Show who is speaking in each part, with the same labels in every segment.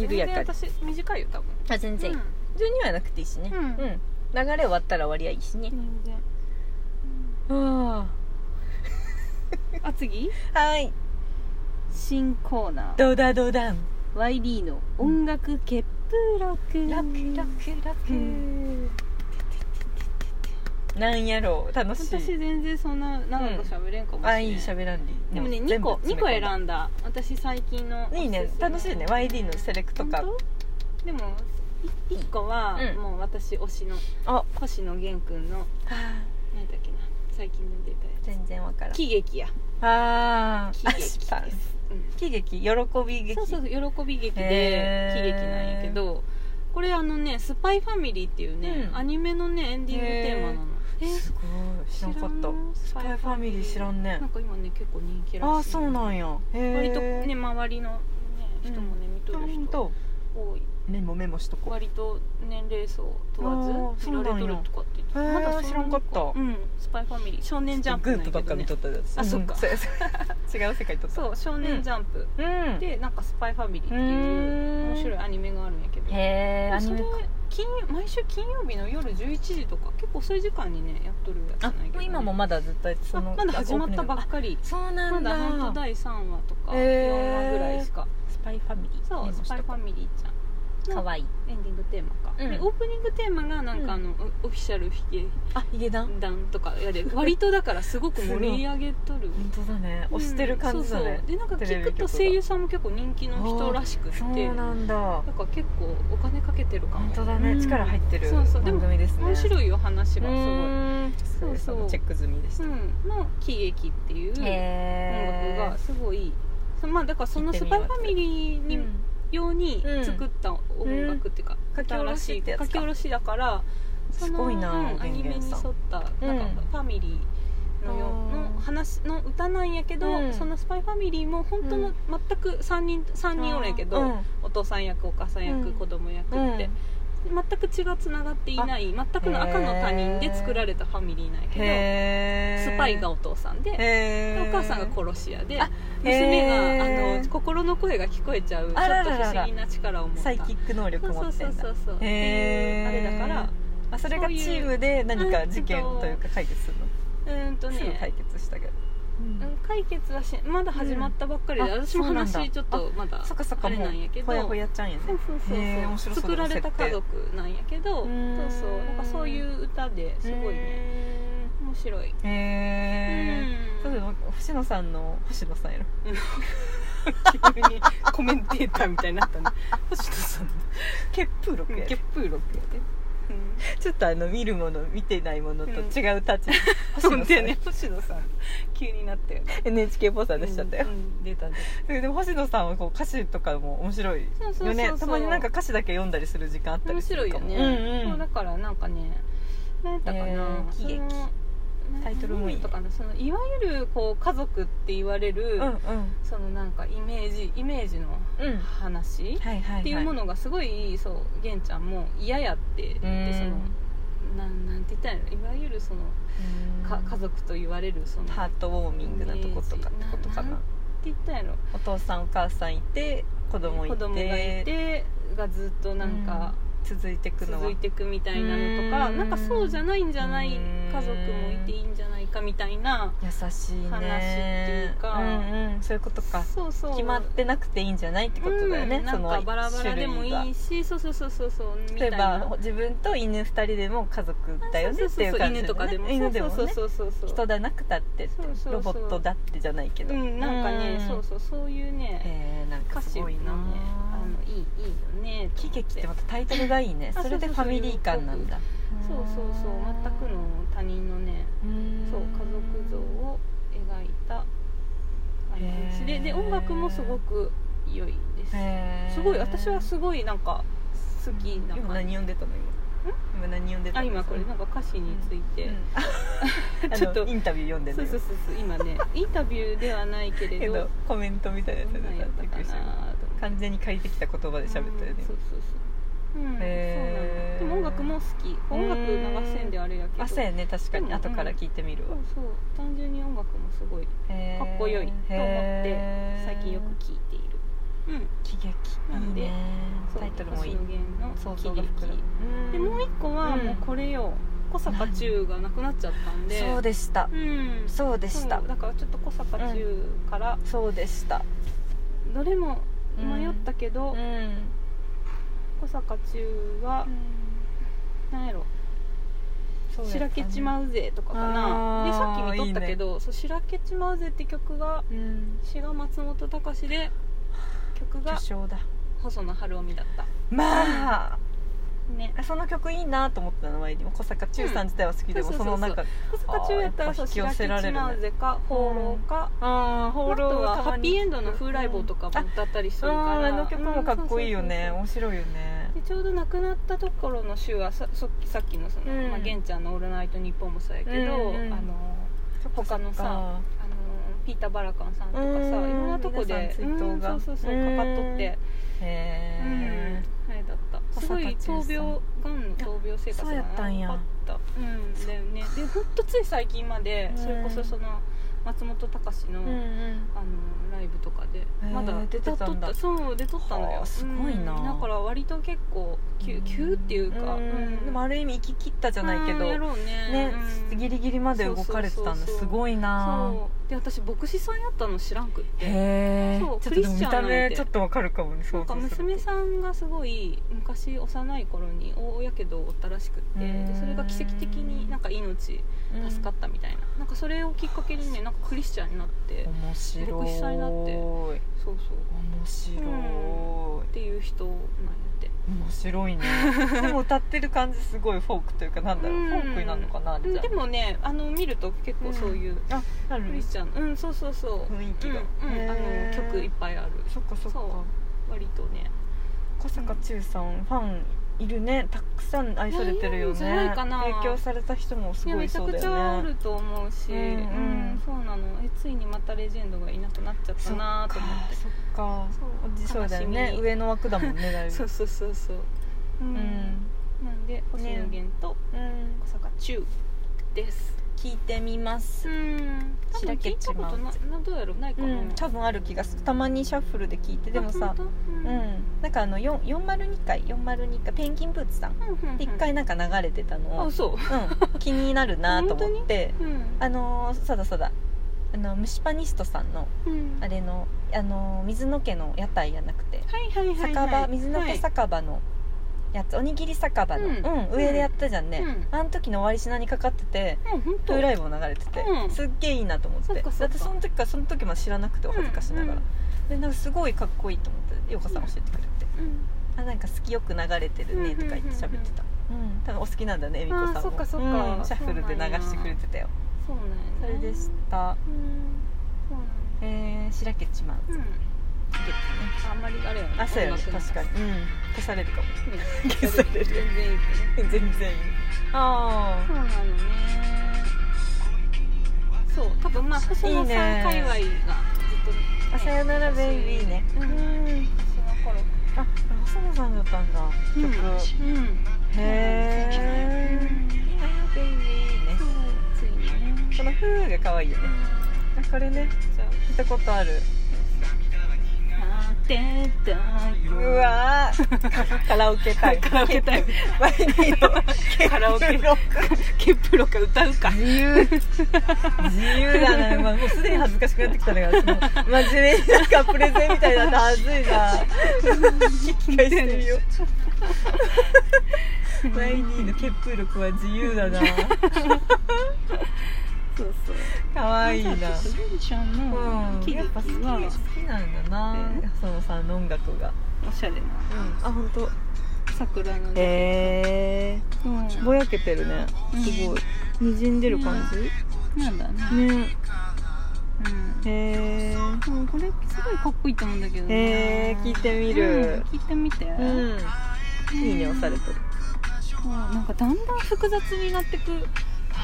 Speaker 1: 緩やかに
Speaker 2: 全然私短いよ多分
Speaker 1: あ全然いい、順にはなくていいしね
Speaker 2: うん
Speaker 1: うん、流れ終わったら割合いいしね
Speaker 2: う、ん全然
Speaker 1: は
Speaker 2: あ次
Speaker 1: ーい
Speaker 2: 新コーナー
Speaker 1: どうだどうだん
Speaker 2: YD の音楽結風録
Speaker 1: ラクラクラクなんやろう楽し
Speaker 2: 私
Speaker 1: い
Speaker 2: 全然そんな長く喋れんかもしれ
Speaker 1: あ
Speaker 2: ん
Speaker 1: いい喋らんでいい
Speaker 2: でもね2
Speaker 1: 全部
Speaker 2: 個二
Speaker 1: 詰
Speaker 2: 個
Speaker 1: め込んだ
Speaker 2: 選んだ私最近の
Speaker 1: いいね
Speaker 2: おすすめ
Speaker 1: 楽しいね YD のセレクトか
Speaker 2: 本当でもい一個は、
Speaker 1: うん
Speaker 2: もう私推しの
Speaker 1: あ
Speaker 2: 星野源くんの何だっけな最近の出たや
Speaker 1: 全然わからん
Speaker 2: つ喜劇や、
Speaker 1: あ
Speaker 2: 喜
Speaker 1: ーあ
Speaker 2: 劇です
Speaker 1: 失敗
Speaker 2: うん、
Speaker 1: 喜劇喜び劇
Speaker 2: そうそう喜び劇
Speaker 1: へ
Speaker 2: で
Speaker 1: ー
Speaker 2: 喜劇なんやけどこれあのね「スパイファミリー」っていうね、
Speaker 1: うん
Speaker 2: アニメのねエンディングテーマなのえー
Speaker 1: すごい知らんかったス
Speaker 2: ス
Speaker 1: パイファミリー知らんね
Speaker 2: なんか今ね結構人気らしい
Speaker 1: ああそうなんやへえ
Speaker 2: 割とね周りの、ね、人もね、見とる
Speaker 1: ほん
Speaker 2: 人
Speaker 1: と
Speaker 2: 多い
Speaker 1: メモメモしとこう
Speaker 2: 割と年齢層
Speaker 1: あ
Speaker 2: 問わ
Speaker 1: ー
Speaker 2: ず見られとるとかって言ってた
Speaker 1: そうなんやへー
Speaker 2: そ
Speaker 1: 知らんかった
Speaker 2: うんスパイファミリー少年ジャンプ
Speaker 1: グ
Speaker 2: なん
Speaker 1: ープ
Speaker 2: やけ
Speaker 1: ば
Speaker 2: ど
Speaker 1: っか見
Speaker 2: ね
Speaker 1: とったやつ
Speaker 2: あそっか
Speaker 1: んう や違う世界とった
Speaker 2: そう少年ジャンプ、
Speaker 1: うん
Speaker 2: でなんかスパイファミリーっていう面白いアニメがあるんやけど
Speaker 1: へえアニ
Speaker 2: そ
Speaker 1: メ
Speaker 2: れ
Speaker 1: か
Speaker 2: 金毎週金曜日の夜11時とか結構遅い時間にねやっとるやつな
Speaker 1: あ
Speaker 2: んやけどね、
Speaker 1: もう今もまだ絶対そ
Speaker 2: あ
Speaker 1: の
Speaker 2: まだ始まったばっかり
Speaker 1: そうな
Speaker 2: ま
Speaker 1: ん
Speaker 2: だ本当
Speaker 1: だ
Speaker 2: 第3話とか
Speaker 1: へー
Speaker 2: 4話ぐらいしか、
Speaker 1: スパイファミリー
Speaker 2: そうスパイファミリーちゃん
Speaker 1: リかわいい
Speaker 2: エンディングテーマか、
Speaker 1: うん
Speaker 2: でオープニングテーマがなんかあの、オフィシャルヒゲ
Speaker 1: あヒゲダン
Speaker 2: ダンとか やで割とだからすごく盛り上げとる
Speaker 1: 本当だね
Speaker 2: うん
Speaker 1: 押してる感じだね
Speaker 2: そうそうでなんか
Speaker 1: テレビ
Speaker 2: 聞く
Speaker 1: 局
Speaker 2: と
Speaker 1: が
Speaker 2: 声優さんも結構人気の人らしくって
Speaker 1: そ
Speaker 2: な
Speaker 1: うんなんだ
Speaker 2: か結構お金かけてるかも
Speaker 1: 本当だね、
Speaker 2: うん
Speaker 1: 力入ってる
Speaker 2: そうそうで
Speaker 1: 番
Speaker 2: も
Speaker 1: 組ですね
Speaker 2: 面白いよ話がすごい、うん
Speaker 1: す
Speaker 2: ごい
Speaker 1: そ
Speaker 2: そ
Speaker 1: そ
Speaker 2: ううそうう
Speaker 1: チェック済みでした、
Speaker 2: の喜劇っていう音
Speaker 1: へ
Speaker 2: 楽がすごい、そまあだからその
Speaker 1: 聞い
Speaker 2: ス
Speaker 1: てみ
Speaker 2: パ
Speaker 1: よ
Speaker 2: イ
Speaker 1: う
Speaker 2: ファミリー
Speaker 1: う
Speaker 2: に
Speaker 1: ん
Speaker 2: 用に作った音楽っていうか、
Speaker 1: 書き下ろしってやつか
Speaker 2: 書き下ろしだからそ
Speaker 1: す
Speaker 2: の
Speaker 1: ごいな
Speaker 2: うんアニメに沿ったなんか
Speaker 1: うん
Speaker 2: ファミリーのよ
Speaker 1: あー
Speaker 2: の話の歌なんやけど、
Speaker 1: うん
Speaker 2: そのスパイファミリーも本当
Speaker 1: う
Speaker 2: の
Speaker 1: ん
Speaker 2: 全く3人三人おるんやけど、
Speaker 1: うん
Speaker 2: お父さん役お母さん役、
Speaker 1: うん
Speaker 2: 子供役
Speaker 1: うん
Speaker 2: って、全く血がつながっていない全くの赤の他人で作られたファミリーなんやけど
Speaker 1: へー
Speaker 2: スパイがお父さんで。
Speaker 1: へ
Speaker 2: で
Speaker 1: ー
Speaker 2: お母さんが殺し屋で
Speaker 1: あ
Speaker 2: 娘が
Speaker 1: へー
Speaker 2: あの心の声が聞こえちゃうちょ
Speaker 1: あらら
Speaker 2: っ
Speaker 1: ら
Speaker 2: と
Speaker 1: ら
Speaker 2: 不思議な力を持った
Speaker 1: サイキック能力
Speaker 2: そう
Speaker 1: 持
Speaker 2: そう
Speaker 1: って
Speaker 2: そ
Speaker 1: ん
Speaker 2: う
Speaker 1: だ
Speaker 2: そうそうっていう
Speaker 1: へ
Speaker 2: あれ
Speaker 1: ー
Speaker 2: だから
Speaker 1: あそれが
Speaker 2: そう
Speaker 1: チ
Speaker 2: い
Speaker 1: ー
Speaker 2: う
Speaker 1: ムで何か事件というか解決するの
Speaker 2: うーんと
Speaker 1: すぐ解
Speaker 2: ね
Speaker 1: 決したけど、
Speaker 2: うん解決はしまだ始まったばっかりで、
Speaker 1: うんあ
Speaker 2: 私も
Speaker 1: そうなんだ
Speaker 2: 話ちょっとまだ
Speaker 1: そっかそっか
Speaker 2: あれ
Speaker 1: もう
Speaker 2: なんやけど
Speaker 1: ほやほやちゃんやね
Speaker 2: そうそうそうそう
Speaker 1: へー面白そう
Speaker 2: 作られた家
Speaker 1: その
Speaker 2: 族なんやけど
Speaker 1: うー
Speaker 2: そ
Speaker 1: ん
Speaker 2: うそうなんかそういう歌ですごいね面白い
Speaker 1: へえ
Speaker 2: う
Speaker 1: 例え
Speaker 2: ん
Speaker 1: ば星野さんの星野さ んやろ
Speaker 2: 急にコメンテーターみたいになったね星野さんの
Speaker 1: 結風録や
Speaker 2: ゲップーロックやで、うん
Speaker 1: ちょっとあの見るもの見てないものと違う立ち、 星
Speaker 2: ほん
Speaker 1: 野
Speaker 2: で
Speaker 1: さ
Speaker 2: ね
Speaker 1: ん
Speaker 2: 星野さん急になったよね
Speaker 1: NHK っぽさでしちゃったよ
Speaker 2: う、んうん出た出た
Speaker 1: でも星野さんはこう歌詞とかも面白いよね
Speaker 2: そうそうそうそう
Speaker 1: たまになんか歌詞だけ読んだりする時間あった
Speaker 2: 面
Speaker 1: りす
Speaker 2: 白
Speaker 1: る
Speaker 2: い
Speaker 1: か
Speaker 2: よ
Speaker 1: も
Speaker 2: ね、
Speaker 1: うん
Speaker 2: そううんだからなんかね何やったかな、
Speaker 1: えー喜劇
Speaker 2: その
Speaker 1: タイトルもいいね
Speaker 2: なんやったかなそのいわゆるこう家族って言われ
Speaker 1: う
Speaker 2: る、
Speaker 1: んうん
Speaker 2: そのなんかイメージイメージの
Speaker 1: うん
Speaker 2: 話
Speaker 1: はいはい、はい、
Speaker 2: っていうものがすごいそう玄ちゃんも嫌やって言ってそのなんなんて言ったらいいのいわゆるその
Speaker 1: うん
Speaker 2: か家族と言われるその
Speaker 1: ハートウォーミングなとことかってことかな
Speaker 2: イメージななんって言ったんやろ
Speaker 1: お父さんお母さんいて子供いて
Speaker 2: 子供がいてがずっとなんか
Speaker 1: 続いてくのは
Speaker 2: 続いてくみたいなのとか
Speaker 1: うん
Speaker 2: なんかそうじゃないんじゃない
Speaker 1: うん
Speaker 2: 家族もいていいんじゃないかみたいな
Speaker 1: 優しいね
Speaker 2: 話っていうか
Speaker 1: んうん、そういうことか
Speaker 2: そうそう
Speaker 1: 決まってなくていいんじゃないってことだよね、
Speaker 2: うんな
Speaker 1: そ
Speaker 2: ん
Speaker 1: の
Speaker 2: かバラバラでも
Speaker 1: 種
Speaker 2: い
Speaker 1: 類
Speaker 2: いしそうそうそうそうそう
Speaker 1: が
Speaker 2: みた
Speaker 1: 例え
Speaker 2: いな
Speaker 1: ば自分と犬2人でも家族だよねっていう感じ、ね、
Speaker 2: そうそうそう犬とかでも
Speaker 1: 犬でもね
Speaker 2: そうそうそうそう
Speaker 1: 人だなくたってって
Speaker 2: そうそうそう
Speaker 1: ロボットだってじゃないけど、
Speaker 2: うんなんかね
Speaker 1: うん
Speaker 2: そうそうそういうね
Speaker 1: えー、なんか
Speaker 2: 歌
Speaker 1: す
Speaker 2: 詞も
Speaker 1: ご
Speaker 2: ね
Speaker 1: いな、
Speaker 2: あのいいいいよねと
Speaker 1: 喜
Speaker 2: 思って
Speaker 1: 劇ってまたタイトルがいいね
Speaker 2: あ
Speaker 1: それでファミリー感なんだ
Speaker 2: そうそうそう全くの他人のね
Speaker 1: うん
Speaker 2: そう家族像を描いた話
Speaker 1: へ
Speaker 2: で
Speaker 1: ー
Speaker 2: で音楽もすごく良いです
Speaker 1: へー
Speaker 2: すごい私はすごいなんか好きな
Speaker 1: 今何
Speaker 2: 感じ
Speaker 1: 読んでたの今今何読んでた
Speaker 2: あ
Speaker 1: の
Speaker 2: 今これなんか歌詞につい て、
Speaker 1: うん
Speaker 2: ちょっと
Speaker 1: あのインタビュー読んでる
Speaker 2: そうそうそうそう 今ねインタビューではないけれ
Speaker 1: け
Speaker 2: ど
Speaker 1: どコメントみたいなやつ
Speaker 2: ど
Speaker 1: で
Speaker 2: んなんやったかなと思って
Speaker 1: 完全に書いてきた言葉で喋ったよね
Speaker 2: うんそうそうそううん、
Speaker 1: へー
Speaker 2: そうなのでも音楽も好き音楽流せんであれやけど
Speaker 1: 朝やね確か
Speaker 2: う
Speaker 1: に
Speaker 2: ん
Speaker 1: 後から聞いてみる
Speaker 2: そ
Speaker 1: わ
Speaker 2: うそう単純に音楽もすごい
Speaker 1: へー
Speaker 2: かっこよいと思って
Speaker 1: へー
Speaker 2: 最近よく聴いているうん
Speaker 1: 喜劇
Speaker 2: なんで
Speaker 1: いいね
Speaker 2: そう
Speaker 1: タイトルもいい
Speaker 2: 星野源の
Speaker 1: 想
Speaker 2: 喜
Speaker 1: 像が膨ら
Speaker 2: 劇
Speaker 1: む
Speaker 2: でもう一個はもうこれよ、小坂中がなくなっちゃったんで
Speaker 1: そうでした
Speaker 2: うん
Speaker 1: そうでした
Speaker 2: そうだからちょっと小坂中から
Speaker 1: そうでした
Speaker 2: どれも迷ったけど、
Speaker 1: ん
Speaker 2: 小坂中は何やろ「しらけちま
Speaker 1: う
Speaker 2: うぜ」とかか
Speaker 1: あ
Speaker 2: な
Speaker 1: ー
Speaker 2: でさっき見とったけど「そうしらけちまうぜ」って曲が
Speaker 1: うん
Speaker 2: 詩が松本隆で曲が
Speaker 1: 巨匠だ
Speaker 2: 細野晴臣だった
Speaker 1: まあ
Speaker 2: ね
Speaker 1: その曲いいなと思ったの前にも小坂忠さん自体は好きでも、
Speaker 2: うん
Speaker 1: その中
Speaker 2: 小坂中やったら「
Speaker 1: あーや
Speaker 2: そ
Speaker 1: っぱ引
Speaker 2: うし
Speaker 1: き寄
Speaker 2: らけ
Speaker 1: せ
Speaker 2: ち
Speaker 1: られるね
Speaker 2: まうぜ」か「放浪」か、
Speaker 1: ああ
Speaker 2: あ
Speaker 1: 放
Speaker 2: とは「ハッピーエンド」の「風来坊」と
Speaker 1: か
Speaker 2: かも歌ったりするか
Speaker 1: あ
Speaker 2: ら、
Speaker 1: あの曲もかっこいいよね、
Speaker 2: うん
Speaker 1: 面白いよね
Speaker 2: でちょうど亡くなったところの週はささっきさっきのその、
Speaker 1: うん
Speaker 2: まあ、玄ちゃんの「オールナイトニッポン」もそうやけど、
Speaker 1: うんうん
Speaker 2: あの他のさあのピーター・バラカンさんとかさ
Speaker 1: うん
Speaker 2: いろんなとこで
Speaker 1: 皆さん追悼が
Speaker 2: うんそうそうそう
Speaker 1: うん
Speaker 2: かかっとって
Speaker 1: へえ、
Speaker 2: あれだったすごい
Speaker 1: 小坂忠さん
Speaker 2: 闘病がんの闘病生活
Speaker 1: そうやった
Speaker 2: が
Speaker 1: ん
Speaker 2: 長
Speaker 1: や
Speaker 2: かったうんだよねでほんとつい最近まで
Speaker 1: うん
Speaker 2: それこそその松本隆の、あのライブとかで
Speaker 1: へー
Speaker 2: まだ
Speaker 1: 出てたんだ
Speaker 2: 歌っとったそう出とったの
Speaker 1: は
Speaker 2: よ
Speaker 1: あすごいな
Speaker 2: うんだから割と結構急
Speaker 1: うん
Speaker 2: 急っていうか
Speaker 1: うん
Speaker 2: うん
Speaker 1: でもある意味生き切ったじゃないけど
Speaker 2: うんやろうね
Speaker 1: ね
Speaker 2: うん
Speaker 1: ギリギリまで動かれてたん
Speaker 2: そうそう
Speaker 1: だ
Speaker 2: そうそう
Speaker 1: すごいな
Speaker 2: そうで私牧師さんやったの知らんくって
Speaker 1: へえち
Speaker 2: そ
Speaker 1: ょ
Speaker 2: う
Speaker 1: っと
Speaker 2: ク
Speaker 1: で
Speaker 2: リ
Speaker 1: も
Speaker 2: スチ
Speaker 1: 見
Speaker 2: ャンな
Speaker 1: た
Speaker 2: んて
Speaker 1: 目ちょっとわかるかもね
Speaker 2: なんか娘
Speaker 1: ん
Speaker 2: さんがすごい昔幼い頃に大やけどを負ったらしくって
Speaker 1: うん
Speaker 2: でそれが奇跡的になんか命助かったみたいな,、なんかそれをきっかけにねなんかクリスチャンになって
Speaker 1: 面白い
Speaker 2: 牧師さんになって
Speaker 1: 面
Speaker 2: そうそう
Speaker 1: 白い、
Speaker 2: うんっていう人なんやって
Speaker 1: 面白 いねでも歌ってる感じすごいフォークというかなんだろう、
Speaker 2: うん
Speaker 1: フォークになるのかなあれ
Speaker 2: うん
Speaker 1: じゃあ
Speaker 2: でもねあの見ると結構そういう
Speaker 1: あなる
Speaker 2: クリスチャンうん、そうそうそう
Speaker 1: 雰囲気が
Speaker 2: うんうんあ
Speaker 1: へ
Speaker 2: の
Speaker 1: ー
Speaker 2: 曲いっぱいある
Speaker 1: そっかそっ
Speaker 2: そう
Speaker 1: か
Speaker 2: 割とね
Speaker 1: 小坂忠さんファンいるねたくさん愛されてるよね
Speaker 2: いやいるんじゃないかな
Speaker 1: 影響された人もす
Speaker 2: いや
Speaker 1: ご
Speaker 2: め
Speaker 1: い
Speaker 2: ちゃ
Speaker 1: そう
Speaker 2: く
Speaker 1: だ
Speaker 2: ち
Speaker 1: よ
Speaker 2: ゃお
Speaker 1: ね
Speaker 2: ると思うし、
Speaker 1: う
Speaker 2: うんん
Speaker 1: うん
Speaker 2: そうなのえついにまたレジェンドがいなくなっちゃったなと思って
Speaker 1: そっか
Speaker 2: そう
Speaker 1: そっかそうだよ
Speaker 2: 悲
Speaker 1: ね
Speaker 2: しみ
Speaker 1: 上の枠だもんねだいぶ
Speaker 2: そうそうそうそうう、
Speaker 1: うんん、
Speaker 2: なんで星野源と
Speaker 1: うん
Speaker 2: 小坂中です
Speaker 1: 聞いてみます
Speaker 2: うん多分聞いたことななどうやろうないか
Speaker 1: う
Speaker 2: な、
Speaker 1: ん多分ある気がするたまにシャッフルで聞いてでも
Speaker 2: あ
Speaker 1: さ
Speaker 2: 本当うん
Speaker 1: う
Speaker 2: うん
Speaker 1: んなんかあのよん402回402回ペンギンブーツさん
Speaker 2: うん
Speaker 1: で一回なんか流れてたのを、う
Speaker 2: あ
Speaker 1: ん、
Speaker 2: そ
Speaker 1: 気になるなと思って
Speaker 2: ううん
Speaker 1: あのーそうだそうだあの虫パニストさんの
Speaker 2: うん
Speaker 1: あれのあのー水野家の屋台じゃなくて
Speaker 2: はいはいはい、
Speaker 1: 酒
Speaker 2: は
Speaker 1: 場、
Speaker 2: い、
Speaker 1: 水野家
Speaker 2: は
Speaker 1: 酒場のやつおにぎり酒場の、
Speaker 2: う
Speaker 1: うん
Speaker 2: ん
Speaker 1: 上でやったじゃんね、
Speaker 2: うん
Speaker 1: あの時の終わりしなにかかってて
Speaker 2: い、もう本
Speaker 1: ト
Speaker 2: 当
Speaker 1: ゥーライブも流れてて、
Speaker 2: うん
Speaker 1: すっげえいいなと思って
Speaker 2: そっかそ
Speaker 1: だ
Speaker 2: っか
Speaker 1: ってその時からその時も知らなくてお恥ずかしながら、でなんかすごいかっこいいと思ってようこさん教えてくれて、
Speaker 2: うんうん
Speaker 1: あなんか好きよく流れてるねとか言って喋ってた、うん、多分お好きなんだねえみこさんも
Speaker 2: あーそっかそっか
Speaker 1: うんシャッフルで流してくれてたよ
Speaker 2: そうなんやね
Speaker 1: それでした
Speaker 2: うんそうなんや
Speaker 1: えー、しらけちまう
Speaker 2: うんあんまりあれやね
Speaker 1: あそうやね
Speaker 2: 音楽の
Speaker 1: 確かに、うん、消されるかも
Speaker 2: ね
Speaker 1: 消される
Speaker 2: 全然いいけ
Speaker 1: 全
Speaker 2: ど
Speaker 1: 然いいあ
Speaker 2: そうなのねそう多分まあ細野さ
Speaker 1: いい
Speaker 2: ん
Speaker 1: ね
Speaker 2: 界隈がずっ
Speaker 1: あさよならベイビーね
Speaker 2: うんと私の頃
Speaker 1: あ細野さんだったんだ曲、
Speaker 2: うん、うん
Speaker 1: へえベイビーね
Speaker 2: そうついにね
Speaker 1: この「ふー」が可愛いよ
Speaker 2: う
Speaker 1: ね
Speaker 2: ん
Speaker 1: あこれね
Speaker 2: じゃあ
Speaker 1: 聞いたことある
Speaker 2: 果てた
Speaker 1: う
Speaker 2: よ
Speaker 1: わー カラオケタイム
Speaker 2: カラオケタイム
Speaker 1: ワイニー の
Speaker 2: カラオケ
Speaker 1: ロック
Speaker 2: ケプロか歌うか
Speaker 1: 自由自由だ な、まあ、もうすでに恥ずかしくなってきたね私も真面目になんかプレゼンみたいだったはずいな聞き返してみようワイニーの結風力は自由だな
Speaker 2: そうそう
Speaker 1: 可愛いな
Speaker 2: 純ちゃんの
Speaker 1: うん
Speaker 2: 喜
Speaker 1: やっ
Speaker 2: 劇
Speaker 1: ぱ好き
Speaker 2: は
Speaker 1: 好きなんだな
Speaker 2: ね
Speaker 1: そのさんの音楽が、
Speaker 2: おしゃれな
Speaker 1: うん、あ本当。
Speaker 2: 桜の
Speaker 1: え
Speaker 2: うん
Speaker 1: ー、ぼやけてるね
Speaker 2: うん
Speaker 1: すごい滲んでる感
Speaker 2: なんだね
Speaker 1: じね
Speaker 2: うん
Speaker 1: へえー
Speaker 2: そうこれすごいかっこいいと思うんだけどね
Speaker 1: えー、聞いてみる
Speaker 2: うん、聞いてみて
Speaker 1: うん、いいね押されてる
Speaker 2: そうなんかだんだん複雑になってく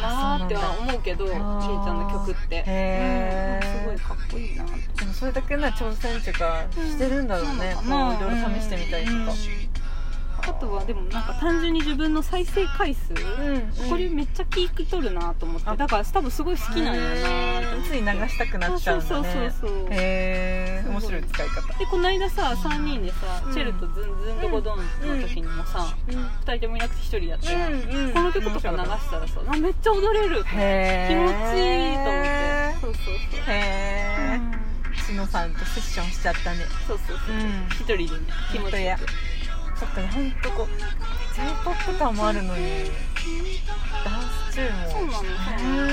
Speaker 2: なーっては思うけどちえち
Speaker 1: あー
Speaker 2: ゃんの曲って
Speaker 1: へー
Speaker 2: うんすごいかっこいいなって
Speaker 1: でもそれだけな挑戦とかしてるんだろうね、
Speaker 2: うん
Speaker 1: こういろいろ試してみたりとか
Speaker 2: あとはでもなんか単純に自分の再生回数、
Speaker 1: うん、うん
Speaker 2: これめっちゃ聞き取るなと思って
Speaker 1: あ
Speaker 2: だから多分すごい好きなんやなと思って
Speaker 1: つい流したくなっちゃうんだね
Speaker 2: そうそうそうそう
Speaker 1: へえ面面白い使い方
Speaker 2: でこの間さ3人でさ、
Speaker 1: うん
Speaker 2: チェルとズンズンとゴドンの時にもさ、2人ともいなくて1人やって、
Speaker 1: うんうん
Speaker 2: この曲とか流したらさあめっちゃ踊れる気持ちいい
Speaker 1: へー
Speaker 2: と思ってそうそうそう、う
Speaker 1: へ
Speaker 2: ん
Speaker 1: えしのさんとセッションしちゃったね
Speaker 2: そうそうそう、
Speaker 1: うん
Speaker 2: 一人でね気持
Speaker 1: 本当
Speaker 2: ちよ
Speaker 1: や
Speaker 2: く
Speaker 1: ちょっとねほんとこう j p o p 感もあるのにダンスチューンも
Speaker 2: そうなのそうなの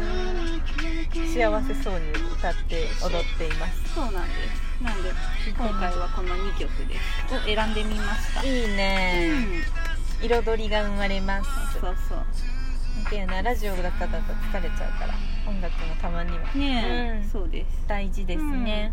Speaker 1: ねえ幸せそうに歌って踊っています
Speaker 2: そうなんですなんで今回はこの2曲ですを選んでみました
Speaker 1: いいね、
Speaker 2: うん
Speaker 1: 彩りが生まれます
Speaker 2: そうそう
Speaker 1: だよなラジオだったら疲れちゃうから音楽もたまには
Speaker 2: ねえ、
Speaker 1: うん
Speaker 2: そうです
Speaker 1: 大事ですね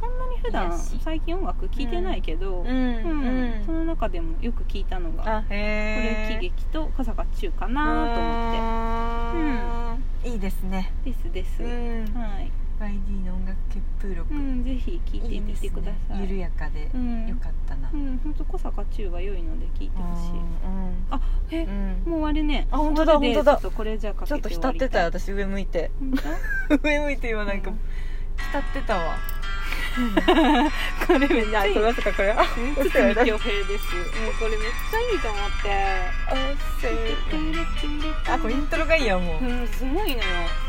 Speaker 2: そんなに普
Speaker 1: いや
Speaker 2: 段
Speaker 1: し
Speaker 2: 最近音楽聴いてないけど、
Speaker 1: うん
Speaker 2: うん
Speaker 1: うん
Speaker 2: その中でもよく聴いたの
Speaker 1: あ
Speaker 2: が
Speaker 1: へえ
Speaker 2: 「これ喜劇」と「小坂中」かなと思っ
Speaker 1: っていいですね
Speaker 2: てですです、
Speaker 1: ん
Speaker 2: はい、
Speaker 1: YD の音楽決風録
Speaker 2: うん、ぜひ聴いてみてください
Speaker 1: いいですね緩やかで
Speaker 2: うん
Speaker 1: よかったな
Speaker 2: うん、ほんと小坂中は良いので聴いてほしい
Speaker 1: うん
Speaker 2: あえ、
Speaker 1: うん
Speaker 2: もう終わりね
Speaker 1: あ本当だ
Speaker 2: ということで
Speaker 1: 本当だ
Speaker 2: ちょっとこれじゃあかけ
Speaker 1: ち
Speaker 2: て
Speaker 1: ょっと
Speaker 2: 終
Speaker 1: 浸
Speaker 2: わ
Speaker 1: っ
Speaker 2: り
Speaker 1: てた
Speaker 2: い
Speaker 1: よ私上向いて
Speaker 2: 本当
Speaker 1: 上向いて今なんか
Speaker 2: うん
Speaker 1: 浸ってたわ
Speaker 2: これめっち
Speaker 1: い
Speaker 2: ゃ
Speaker 1: や
Speaker 2: いい
Speaker 1: そ
Speaker 2: 堤
Speaker 1: まさかこれ あ
Speaker 2: 恭平 ですもうこれめっちゃいいと思って
Speaker 1: あこれイントロがいいやもう
Speaker 2: うんすごいのよ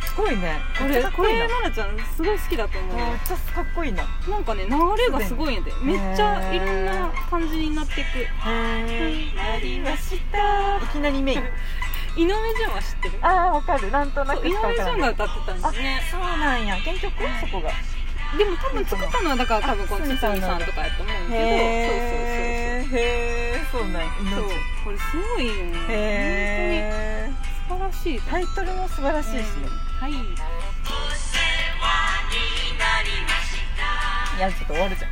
Speaker 1: すごいね
Speaker 2: こ
Speaker 1: めっ
Speaker 2: れ
Speaker 1: ちゃかっ
Speaker 2: こ
Speaker 1: こいいな
Speaker 2: れ奈々ちゃんすごい好きだと思うよ
Speaker 1: めっちゃかっこいいな
Speaker 2: なんかね流れがすごいんでめっちゃいろんな感じになってく
Speaker 1: なりましたいきなりメイン
Speaker 2: 井上潤は知ってる
Speaker 1: ああわかるなんとな
Speaker 2: そ
Speaker 1: く
Speaker 2: う井
Speaker 1: しかわ
Speaker 2: 上
Speaker 1: からない
Speaker 2: 潤が歌ってたんですね
Speaker 1: そうなんや原曲そこが
Speaker 2: でも多分作ったのはだから多分この堤さんとかやと思うけ
Speaker 1: そうそうそうへえそうなんや
Speaker 2: どそうそうそうそうこれすごいよね
Speaker 1: へえ
Speaker 2: 本当に素晴らしい
Speaker 1: タイトルも素晴らしいしね
Speaker 2: はい
Speaker 1: いやちょっと終わるじゃん